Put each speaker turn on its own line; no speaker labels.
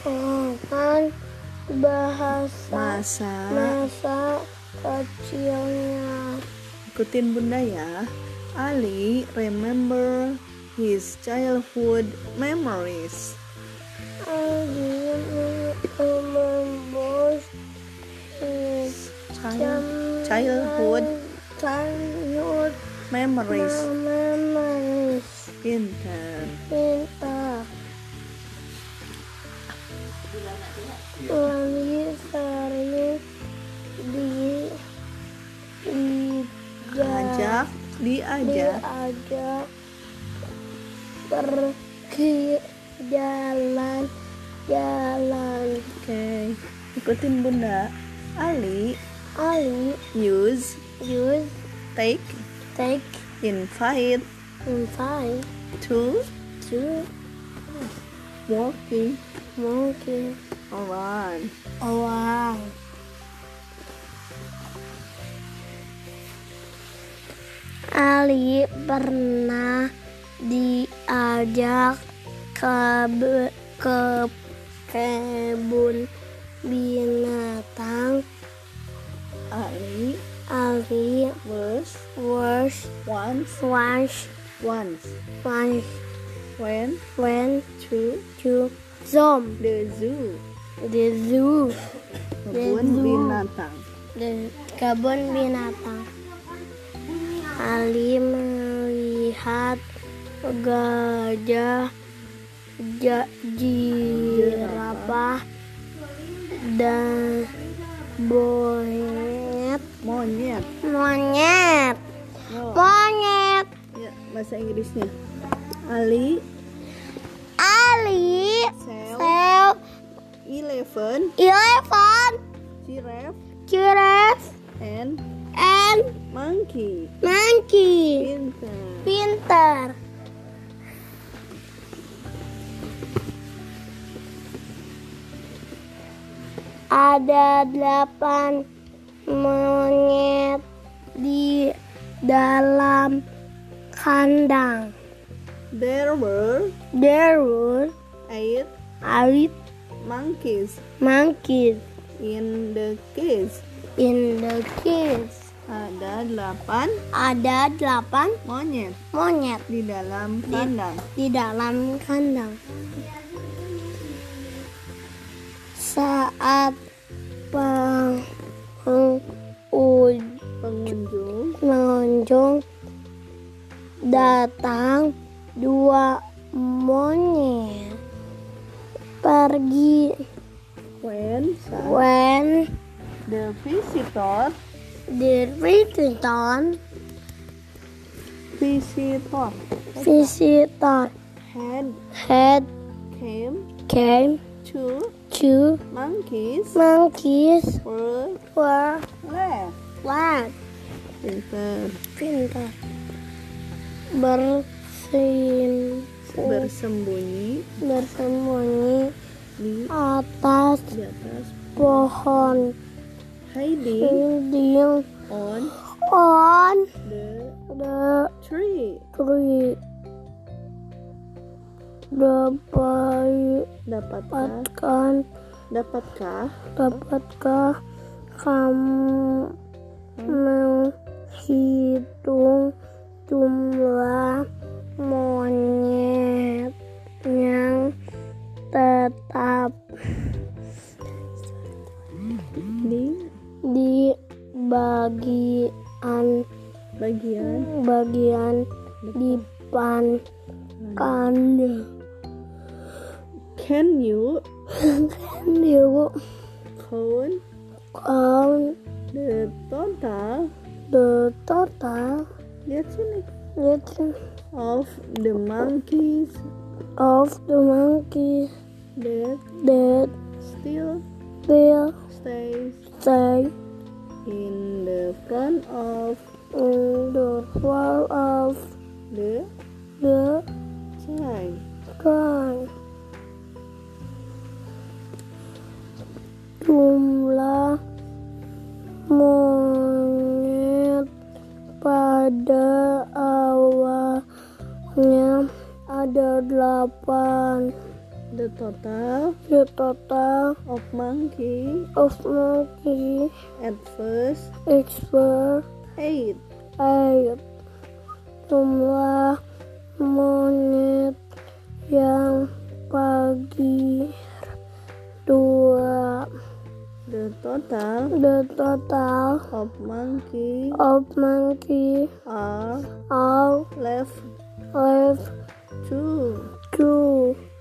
Kan bahasa
Masa
masa kecilnya.
ikutin bunda ya. Ali remember his childhood memories.
Aldi membos
Child- childhood
Childhood
memories.
memories.
Pinter.
Pintar. Ulangi sering di diajak
Ajak, diajak
diajak pergi jalan jalan
Oke, ikutin bunda. Ali
Ali
use
use
take
take
invite
invite
to
to
walking.
monkey
Alright.
orang Ali pernah diajak ke be- ke kebun binatang
Ali
Ali
was
was
once
once
once
once
went
went
to
to Zom
the zoo.
the zoo
Kebun
zoo.
binatang.
dan kebun binatang. Ali melihat gajah, ja, jirafah, dan monyet.
Monyet.
Monyet,
Oh.
monyet.
Ya, bahasa Inggrisnya. Ali
Ali,
sell
sel,
eleven
elephant,
giraffe
giraffe,
and
and
monkey.
monkey.
Pinter.
Pintar. Ada delapan monyet di dalam kandang.
There were
There were
eight
eight
monkeys
monkeys
in the cage.
in the cage.
Ada delapan
Ada delapan
monyet
monyet
di dalam kandang.
di dalam kandang. Saat pengunjung
Pengunjung
datang dua monyet pergi
went saat
when
the visitor
the visitor
visitor
visitor
had
had
came
came
to
to
monkeys
monkeys
were
were
left.
left
Pinter.
pintar bersim
Bersembunyi
bersembunyi
di
atas
di atas
pohon
hiding
building
on
on
the
the
tree.
tree dapatkan
Dapatkah dapatkah
dapatkah kamu menghitung jumlah monyet yang tetap
di
di bagian
bagian
bagian depan kandang
can you
biru
count
count
the total
the total
lihat sini
width
of the monkeys
of the monkey
that
that
still
will
stays
stay
in the front of
in the wall of
the
the
sign
sky. Jumlah monyet pada awalnya ada delapan.
the total
the total
of monkey
of monkey
at first
is for
eight.
eight. Jumlah menit yang pagi dua.
The total
The total
of monkey
of monkey
are
are
left
left
two.
two.